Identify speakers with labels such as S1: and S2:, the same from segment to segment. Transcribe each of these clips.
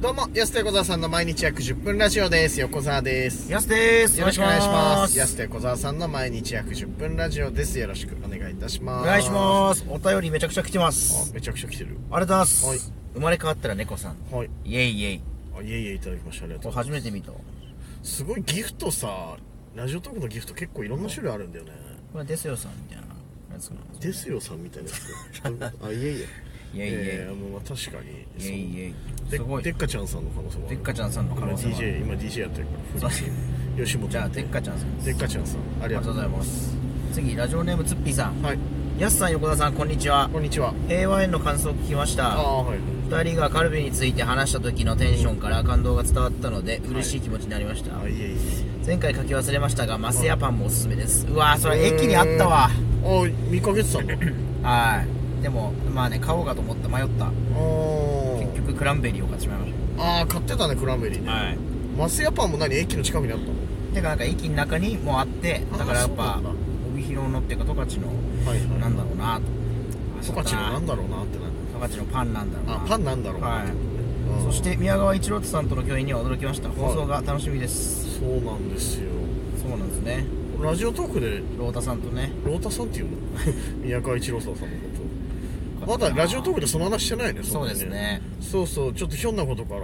S1: どうも、安手小沢さんの毎日約10分ラジオです。横澤です。
S2: やすです。
S1: よろしくお願いします。安
S2: よ
S1: 手小沢さんの毎日約10分ラジオです。よろしくお願いいたします。
S2: ろしくお願いします。お便りめちゃくちゃ来てます。
S1: あめちゃくちゃ来てる。
S2: ありがとうございます。
S1: はい
S2: 生まれ変わったら猫さん。
S1: はい。
S2: イエイイエイ。
S1: あいえいえ、いただきました。ありが
S2: こと
S1: う
S2: れ
S1: ござい
S2: 初めて見た。こ
S1: ます。すごいギフトさ、ラジオトークのギフト結構いろんな種類あるんだよね。
S2: れですよさんみたいなやつかな。
S1: ですよさんみたいなや つ。あ、いえいえ。
S2: イエイイ
S1: え
S2: エ
S1: もう確かに。
S2: イ。イエイイエイ。
S1: です
S2: ごい。
S1: でっ
S2: テ
S1: かちゃんさんの可能性もある
S2: ッカちゃんさんの可能性もあ
S1: 今
S2: る
S1: DJ 今 DJ やってるか
S2: そ
S1: ら
S2: う
S1: 吉本
S2: じゃあ、テッカちゃんさんです。
S1: でっかちゃんさんあ
S2: あ
S1: り
S2: り
S1: が
S2: が
S1: とうご
S2: とうご
S1: ざ
S2: ざ
S1: い
S2: い
S1: ま
S2: ます。次、ラジオネームツッピーさん。
S1: すはい
S2: やすさん、横田さん、こんにちは。
S1: こんにちは
S2: 平和への感想を聞きまし
S1: あ
S2: た。
S1: あはい
S2: 二人がカルビについて話した時のテンションから感動が伝わったので、嬉しい気持ちになりました。
S1: あいえいえ
S2: 前回書き忘れましたがマスヤパンもおすすめですうわーそれ駅にあったわ
S1: ああ見かけてた んだ
S2: はいでもまあね買おうかと思った迷った結局クランベリーを買ってしまいまし
S1: ああああ買ってたねクランベリー
S2: た
S1: ね
S2: はい
S1: マスヤパンも何駅の近くにあったの
S2: てかなんか駅の中にもうあって
S1: あー
S2: だからやっ
S1: そ
S2: ぱ
S1: うなんだ
S2: 帯広のっていうか十勝の
S1: はいはい
S2: なんだろうな
S1: 十勝のなん
S2: だ
S1: だろうなってな
S2: 十勝のパンなんだろうな
S1: あパンなんだろうな
S2: はい
S1: うん
S2: そして宮川一郎さんとの共演には驚きました放送が楽しみです
S1: そうなんですよ
S2: そうなんですね
S1: ラジオトークで
S2: ロータさんとね
S1: ロータさんっていうの 宮川一郎さんさんのことまだラジオトークでその話してないねん
S2: そう
S1: な
S2: ですね
S1: そうそうちょっとひょんなことから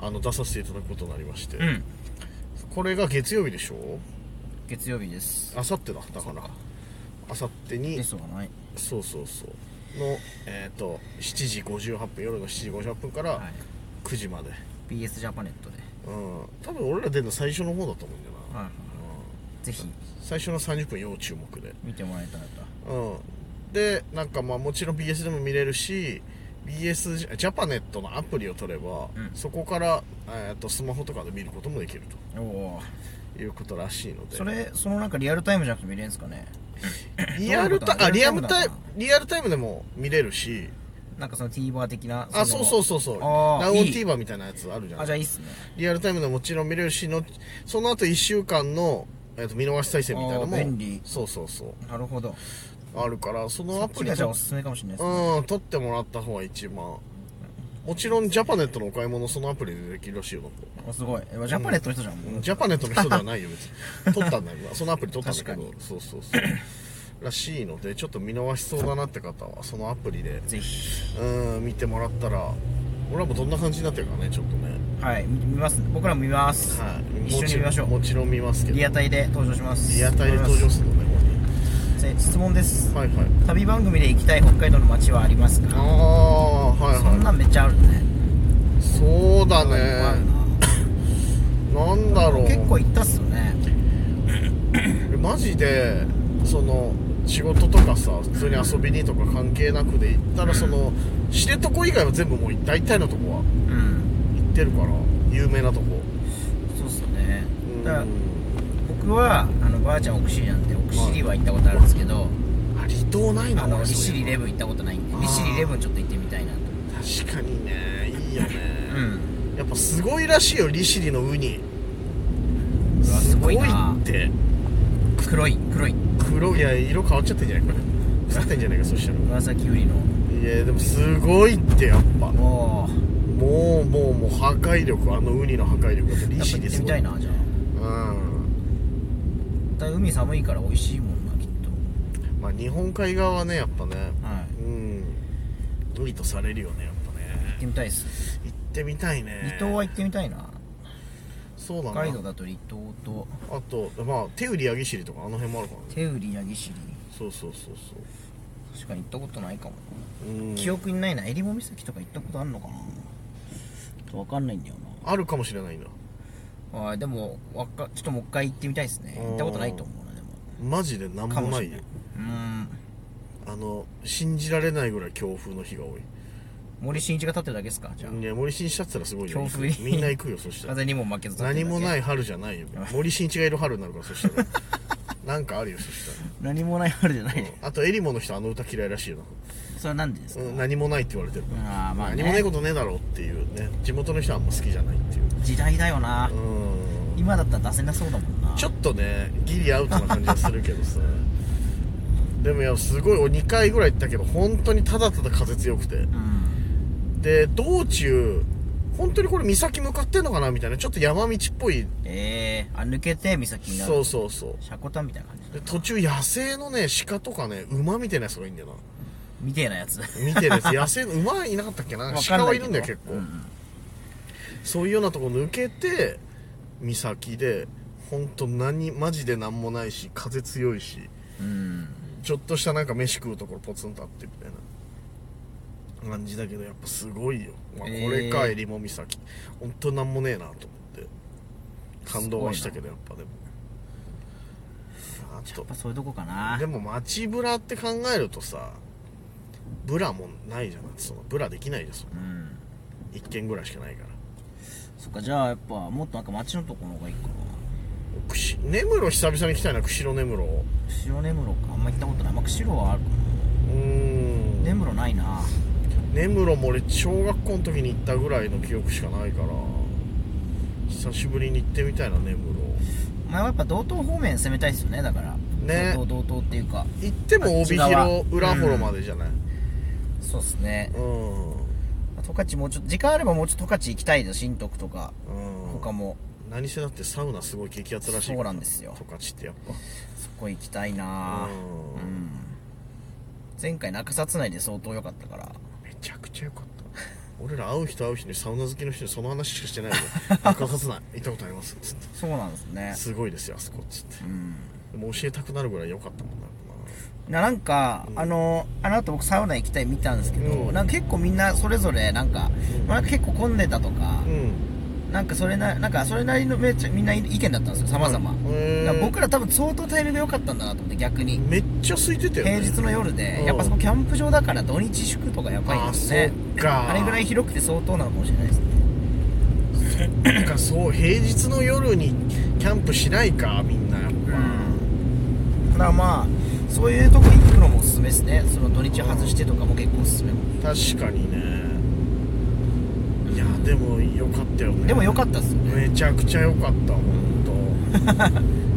S1: あの出させていただくことになりまして、
S2: うん
S1: これが月曜日でしょ
S2: 月曜日です
S1: あさってだだからあさってに
S2: ゲストがない
S1: そうそうそうのえっ、と7時58分夜の7時58分から
S2: はい
S1: 9時まで、
S2: BS ジャパネットで、
S1: うん多分俺ら出るの最初の方だと思うんだよな、
S2: はい、ぜひ
S1: 最初の30分要注目で
S2: 見てもらえたらと
S1: うんでなんかまあもちろん BS でも見れるし BS ジジャパネットのアプリを取れば、
S2: うん
S1: そこから、えー、とスマホとかで見ることもできる
S2: おお
S1: ということらしいので
S2: それそのなんかリアルタイムじゃなくて見れるんですかね
S1: リアルタイムあリ
S2: リ
S1: ア
S2: ア
S1: ル
S2: ル
S1: タ
S2: タ
S1: イ
S2: イ
S1: ム
S2: ム
S1: リアルタイムでも見れるし
S2: なんかその TVer 的な
S1: あそうそう
S2: う
S1: そうそう
S2: あー
S1: ナウン
S2: いい
S1: TVer みたいなやつあるじゃ
S2: あ
S1: ん
S2: じゃあいいっすね
S1: リアルタイムでもちろん見れるしのその後1週間の、えー、と見逃し再生みたいなのも
S2: あー便利
S1: そうそうそう
S2: なるほど
S1: あるからその
S2: そ
S1: ア
S2: っ
S1: プ
S2: ち
S1: リと
S2: がじゃあおすすめかもしれないですね
S1: うん取ってもらった方が一番もちろんジャパネットのお買い物そのアプリでできるらしいよ
S2: おすごいえジャパネットの人じゃん、もう
S1: ジャパネットの人ではないよ別 に取ったんだ今そのアプリ取ったんだけど
S2: 確
S1: そうそうそうらしいのでちょっと見逃しそうだなって方はそのアプリで
S2: ぜひ
S1: うん見てもらったら俺らもどんな感じになってるかねちょっとね
S2: はい見見ます僕らも見ます、
S1: はい
S2: 一緒に見ましょ
S1: も
S2: う
S1: ちろんもちろん見ますけど
S2: リアタイで登場します
S1: リアタイで登場
S2: す
S1: するのね
S2: 質問です
S1: これはいはい
S2: 旅番組で行きたい北海道の街はあります
S1: あ
S2: か
S1: あはい
S2: そん
S1: は
S2: なんめっちゃあるね
S1: いそうだ
S2: ある
S1: ね
S2: な
S1: なんだろう
S2: 結構行ったっすよね
S1: マジでその仕事とかさ普通に遊びにとか関係なくで行ったらその知床以外は全部もう大体のとこは
S2: うん
S1: 行ってるから有名なとこ
S2: そうっすよね
S1: うん
S2: だから僕はあのばあちゃん奥尻なんで奥尻は行ったことあるんですけど、
S1: あ離島ないな
S2: あの
S1: 俺
S2: 利
S1: そうい
S2: 尻
S1: うの
S2: レブン行ったことないんで
S1: あー
S2: 利尻レブンちょっと行ってみたいなと
S1: 確かにねいいよ
S2: う
S1: ね、
S2: ん
S1: やっぱすごいらしいよ利尻のウニ
S2: うわすごいな
S1: って
S2: 黒い黒い
S1: 黒いいや色変わっちゃってんじゃないこれ腐ってんじゃないかそしたら
S2: 紫ウリの
S1: いやでもすごいってやっぱも
S2: おお
S1: うもうもう破壊力あのウニの破壊力やっぱ利
S2: やっぱ
S1: 尻
S2: 行
S1: で
S2: って
S1: す
S2: み
S1: ご
S2: た
S1: い
S2: いなじゃあ
S1: うん
S2: だいぶ海寒いから美味しいもんなきっ
S1: まあ日本海側はねやっぱね
S2: とはい
S1: うんウニとされるよねやっぱ
S2: 行
S1: ね
S2: ってみたいっす
S1: 行ってみたいね
S2: 離島は行ってみたいな
S1: そうだ
S2: 北海道
S1: な
S2: だと離島と
S1: あとまあ手売りやぎしりとかあの辺もあるからね
S2: 手売りやぎしり
S1: そうそうそうそ
S2: 確かに行ったことないかも
S1: ううん
S2: 記憶にないな襟裳岬とか行ったことあるのかなちょっと分かんないんだよ
S1: あるかもしれないんだ
S2: なあーでもわかちょっともう一回行ってみたいですね
S1: あー
S2: 行ったことないと思うなでも
S1: マジで何も
S2: かも
S1: な
S2: しれ
S1: い
S2: な
S1: よ
S2: いうん
S1: あの信じられないぐらい強風の日が多い
S2: 森進一が立ってるだけですかじゃあ
S1: いや森進一だったらすごいよ
S2: 強風に
S1: みんな行くよそしたら
S2: 風にも負けず立ってるだ
S1: 何
S2: け
S1: もない春じゃないよ森進一がいる春になるからそ したらなんかあるよそし
S2: 何もないあるじゃな
S1: た
S2: い
S1: ら、うんあとエリモの人あの歌嫌いらしいよ
S2: それは何でですか
S1: な、うん、何もないって言われてるから、
S2: ああまあ
S1: 何もない
S2: ね
S1: ことねえだろうっていうね地元の人はあんま好きじゃないっていう
S2: 時代だよな
S1: うん
S2: 今だったら出せなそうだもんな
S1: ちょ
S2: っ
S1: っとねギリアウトな感じはするけど さでもいやすごい2回ぐらい行ったけど本当にただただ風強くて
S2: うん
S1: で道中本当にこれ岬向かってんのかなみたいなちょっと山道っぽい
S2: ええー、あ抜けて岬になる
S1: そうそうそう
S2: シャコタンみたいな感じ
S1: で途中野生のね鹿とかね馬みたいなやつがいいんだよな
S2: みてえなやつ
S1: 見てる やつ野生の馬いなかったっけな
S2: わかん
S1: 鹿
S2: な
S1: はい
S2: け
S1: いるん
S2: ど
S1: だよ結構、
S2: うんうん
S1: そういうようなとこ抜けて岬で本当何マジで何もないし風強いし
S2: うん
S1: ちょっとしたなんか飯食うところポツンとあってみたいな感じだけどやっぱすごいよ、まあ、こ
S2: えー
S1: れかえりも岬、本当なんもねえなと思って感動はしたけどやっぱでもあ
S2: や
S1: と
S2: っぱそういうとこかな
S1: でも街ブラって考えるとさブラもないじゃないそのブラできないじゃんその
S2: うん
S1: 1軒ぐらいしかないから
S2: そっかじゃあやっぱもっとなんか街のとこの方がいいかな
S1: 串根室久々に来たいな釧路根室う
S2: 釧路根室かあんま行ったことないまあ釧路はあるか
S1: ーん
S2: な根室ないな
S1: 根室も俺小学校の時に行ったぐらいの記憶しかないから久しぶりに行ってみたいな根室
S2: お前はやっぱ道東方面攻めたいっすよねだから
S1: ね
S2: 道東道東っていうか
S1: 行っても
S2: あっち
S1: 帯
S2: 側
S1: 広裏幌までじゃない
S2: そうっすね
S1: うん、うん
S2: 十勝もうちょっと時間あればもうちょっと十勝行きたいです新徳とか他も
S1: 何せだってサウナすごい激アツらしいから
S2: そうなんですよ
S1: 十勝ってやっ
S2: そこ行きたいな
S1: うん
S2: うん前回中札内で相当良かったから
S1: ぱめちゃくちゃ良かった俺ら会う人会う人にサウナ好きの人にその話しかして ないの中札内行ったことありますつって
S2: そうなんですね
S1: すごいですよあそこっつって
S2: うん
S1: もう教えたくなるぐらい良かったもんな
S2: ななんか、
S1: うん
S2: あのあの後僕サウナ行きたい見たんですけど、
S1: うん
S2: なんか結構みんなそれぞれなんか,、
S1: うん
S2: なんか結構混んでたとか、
S1: うん
S2: なんかそれななんかそれなりのめっちゃみんな意見だったんですよ様々、
S1: へー
S2: だから僕ら多分相当タイミング良かったんだなと思って逆に、
S1: めっちゃ空いてたよね
S2: 平日の夜で、
S1: うん
S2: やっぱそこキャンプ場だから土日祝とかやばいんですね
S1: あそっか
S2: あれぐらい広くて相当なのかもしれないですね
S1: なんかそう平日の夜にキャンプしないかみんなやっ
S2: うんただまあそういうとこ行くのもおすすめですねその土日外してとかも結構おすすめ
S1: ぱ確かにねいやでもよかったよね
S2: でも良かったっすよ
S1: め
S2: ね
S1: ちゃくちゃ良かった本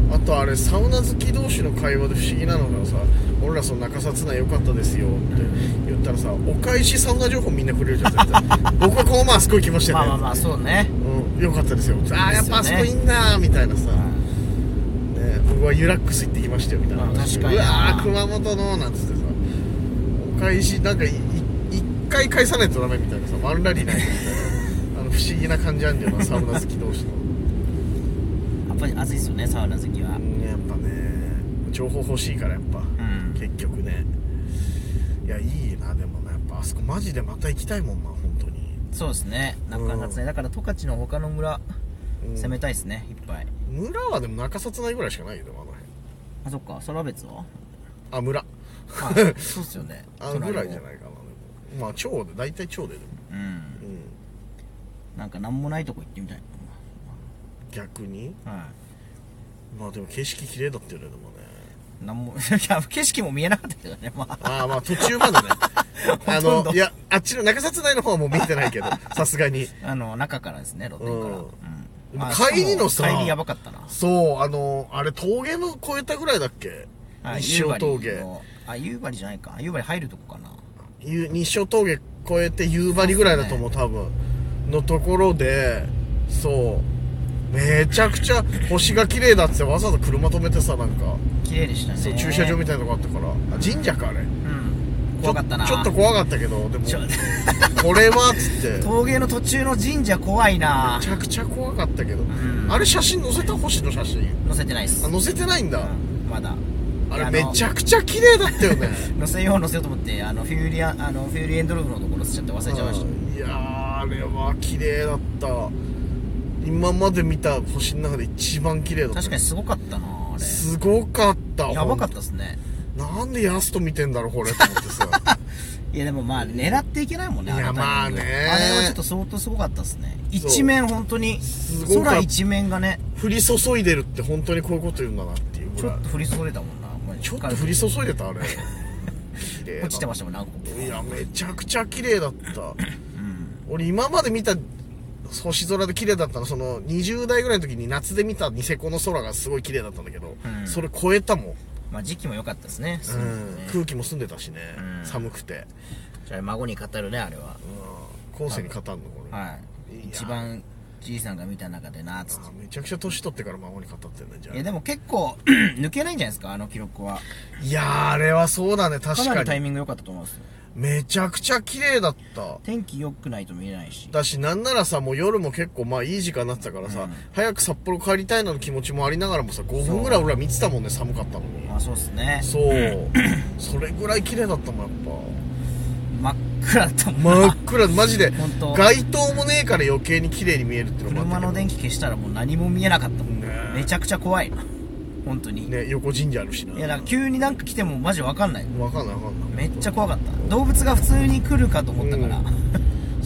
S1: 当。あとあれサウナ好き同士の会話で不思議なのがさ俺らその中札内良かったですよって言ったらさお返しサウナ情報みんなくれるじゃん絶対 僕はこの前あそこ行きましたよ
S2: まあ
S1: ね
S2: まあまあそうね
S1: うん、良かったですよああやっぱあそこいいんだみたいなさ、ね、僕はユラックス行ってきましたよみたいな話
S2: あ確かに
S1: うわー熊本のなんつってさお返しなんかいい一回返さないとダメみたいなさワンラリーないみたい なあの不思議な感じあんだよなサウナ好き同士の
S2: やっぱり暑いっすよねサウナ好きは
S1: うんやっぱね情報欲しいからやっぱ、
S2: ん
S1: 結局ねいやいいなでもねやっぱあそこマジでまた行きたいもんな本当に、
S2: そうですね中札
S1: う
S2: ねだから十勝の他の村
S1: うん
S2: 攻めたいですねいっぱい
S1: 村はでも中札内ぐらいしかないよでもあの辺
S2: あそっか空別は
S1: あ村
S2: はいそうっすよね
S1: あぐらいじゃないかなでもまあ超で大体超ででも
S2: うん
S1: うん
S2: なんかなんもないとこ行ってみたい
S1: 逆に
S2: は
S1: まあでも景色綺麗だったよねでもね
S2: いなんも いや景色も見えなかったけどねまあ
S1: ああまあ途中までねあ
S2: ほとん
S1: の
S2: ど
S1: いやあっちの中札内の方はもう見てないけどさすがに
S2: あの中からですね露天から、
S1: う
S2: うんん
S1: でも
S2: あ
S1: 帰りの
S2: しか
S1: さ
S2: も帰りやばかったな
S1: そうあのあれ峠の越えたぐらいだっけ
S2: あ
S1: 日照
S2: 夕張
S1: 峠
S2: のあ夕張じゃないか夕張入るとこかな
S1: ゆ日照峠越えて夕張ぐらいだと思う多分のところでそうめちゃくちゃ星が綺麗だっつってわざわざ車止めてさなんか
S2: 綺麗でしたね
S1: そう駐車場み
S2: た
S1: たいなとこあったからあ神社かあれ
S2: うん怖かったな
S1: ちょちょっと怖かったけどでも
S2: ちょ
S1: これはっつって め
S2: 峠の途中の神社怖いな
S1: ちゃくちゃ怖かったけど
S2: ん
S1: あれ写真載せた星の写真
S2: 載せてないっす
S1: あ載せてないんだ
S2: うんまだ
S1: あ
S2: い
S1: れ
S2: や
S1: めちゃくちゃ綺麗だったよ ね
S2: あの載せよう載せようと思ってあのフューリアあのフューリエンドルフのところしちゃって忘れちゃいました
S1: うんいやーあれは綺麗だった今まで見た星の中で一番綺麗だった
S2: 確かにすごかったなあれ
S1: すごかった
S2: やばかったっすね
S1: ほんとなんでヤスと見てんだろうこれと思ってさ
S2: いやでもまあ狙っていけないもんね
S1: いや
S2: あのタイミン
S1: まあね
S2: グあれはちょっと相当すごかったっすね
S1: そう
S2: 一面本当に
S1: すごかった
S2: 空一面がね
S1: 降り注いでるって本当にこういうこと言うんだなっていうぐ
S2: ちょ
S1: らい
S2: っと降り注いだもんなマジ
S1: ちょっと降り注いでたあれ綺麗だ
S2: 落ちてましたもん何個も
S1: いやめちゃくちゃ綺麗だった
S2: うん
S1: 俺今まで見た星空で綺麗だったのその20代ぐらいの時に夏で見たニセコの空がすごい綺麗だったんだけど、
S2: うん
S1: それ超えたもん、
S2: まあ時期も良かったですねそううんですね
S1: 空気も澄んでたしね、
S2: うん
S1: 寒くて、
S2: じゃあ孫に語るねあれは
S1: うん、後世に語るのこれ、、
S2: はい
S1: いや
S2: 一番じいさんが見た中でなつって
S1: あめちゃくちゃ年取ってから孫に語ってんだじゃ
S2: いや
S1: あ
S2: でも結構 抜けないんじゃないですかあの記録はい
S1: やーあれはそうだね確
S2: かな
S1: か
S2: りタイ
S1: に
S2: ミング良かったと思いますよ
S1: めちゃくちゃ綺麗だった
S2: 天気良くないと見れないし
S1: だしなんならさもう夜も結構まあいい時間になってたからさ、
S2: うん
S1: 早く札幌帰りたいなの気持ちもありながらもさ5分ぐらい俺ら見てたもんね寒かったのに
S2: まあそうっすね
S1: そうそれぐらい綺麗だったもんやっ
S2: 真っ暗だったも
S1: ぱ
S2: ん
S1: 真
S2: な
S1: っ暗マジで
S2: 本当
S1: 街灯もねえから余計に綺麗に見えるってのもあった
S2: 車
S1: けど
S2: の電気消したらもう何も見えなかったもん
S1: ねえ
S2: めちゃくちゃ怖い本当に
S1: ね横神社あるしない
S2: やなんか急になんか来てもマジわかんない
S1: わかんないわかんない
S2: めっちゃ怖かった動物が普通に来るかと思ったから、
S1: うん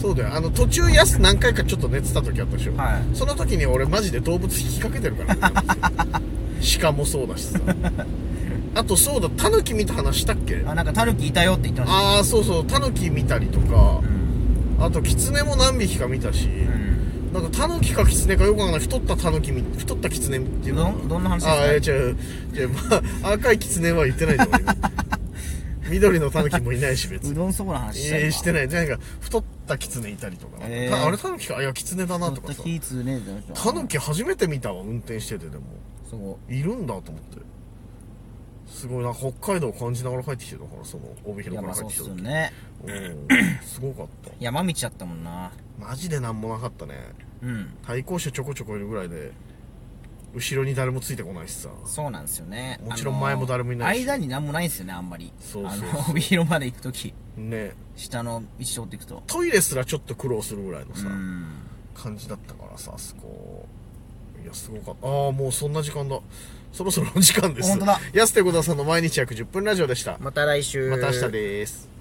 S1: そうだよあの途中やす何回かちょっと寝てた時あったでしょ、
S2: はい
S1: その時に俺マジで動物引きかけてるから ね鹿もそうだしさあとそうだタヌキ見た話したっけ
S2: あなんかタヌキいたよって言ってました
S1: ああそうそうタヌキ見たりとか
S2: うん
S1: あとキツネも何匹か見たし、
S2: うん
S1: なんかタヌキかキツネかよくわかんない太ったタヌキみ太ったキツネっていうの
S2: どんどんな話ですか
S1: ああえ違う違う、まあ、赤いキツネは言ってないと 思うよ緑のタヌキもいないし別に
S2: うどんそこの話した
S1: えー、して
S2: ない
S1: ない。なんか、太ったキツネいたりとか。
S2: えー
S1: たあれ、タヌキかいや、キツネだなとかさ。
S2: 火つねえじゃん
S1: タヌキ初めて見たわ、運転しててでも。
S2: そ
S1: いるんだと思って。すごいな、北海道を感じながら帰ってきてたから、その、帯
S2: うい
S1: 広
S2: や
S1: か
S2: ま
S1: ら
S2: あ
S1: 帰っ
S2: そう
S1: て
S2: っ
S1: き
S2: す
S1: た
S2: よ
S1: 時。
S2: ね
S1: うん、すごかった。
S2: 山道だったもんな
S1: マジでなんもなかったね。
S2: うん
S1: 対向車ちょこちょこいるぐらいで、後ろに誰もついてこないしさ。
S2: そうなんですよね
S1: もちろん
S2: あの
S1: 前も誰もいないし
S2: 間に何もないんですよねあんまり
S1: そうそうそう
S2: あの帯広まで行く時
S1: ね
S2: 下の道通っていくと
S1: トイレすらちょっと苦労するぐらいの
S2: う
S1: さ、
S2: ん
S1: 感じだったからさあそこいやすごかったああもうそんな時間だそろそろお時間です
S2: 本当だ
S1: 安手小田さんの毎日約10分ラジオでした
S2: また来週
S1: また明日です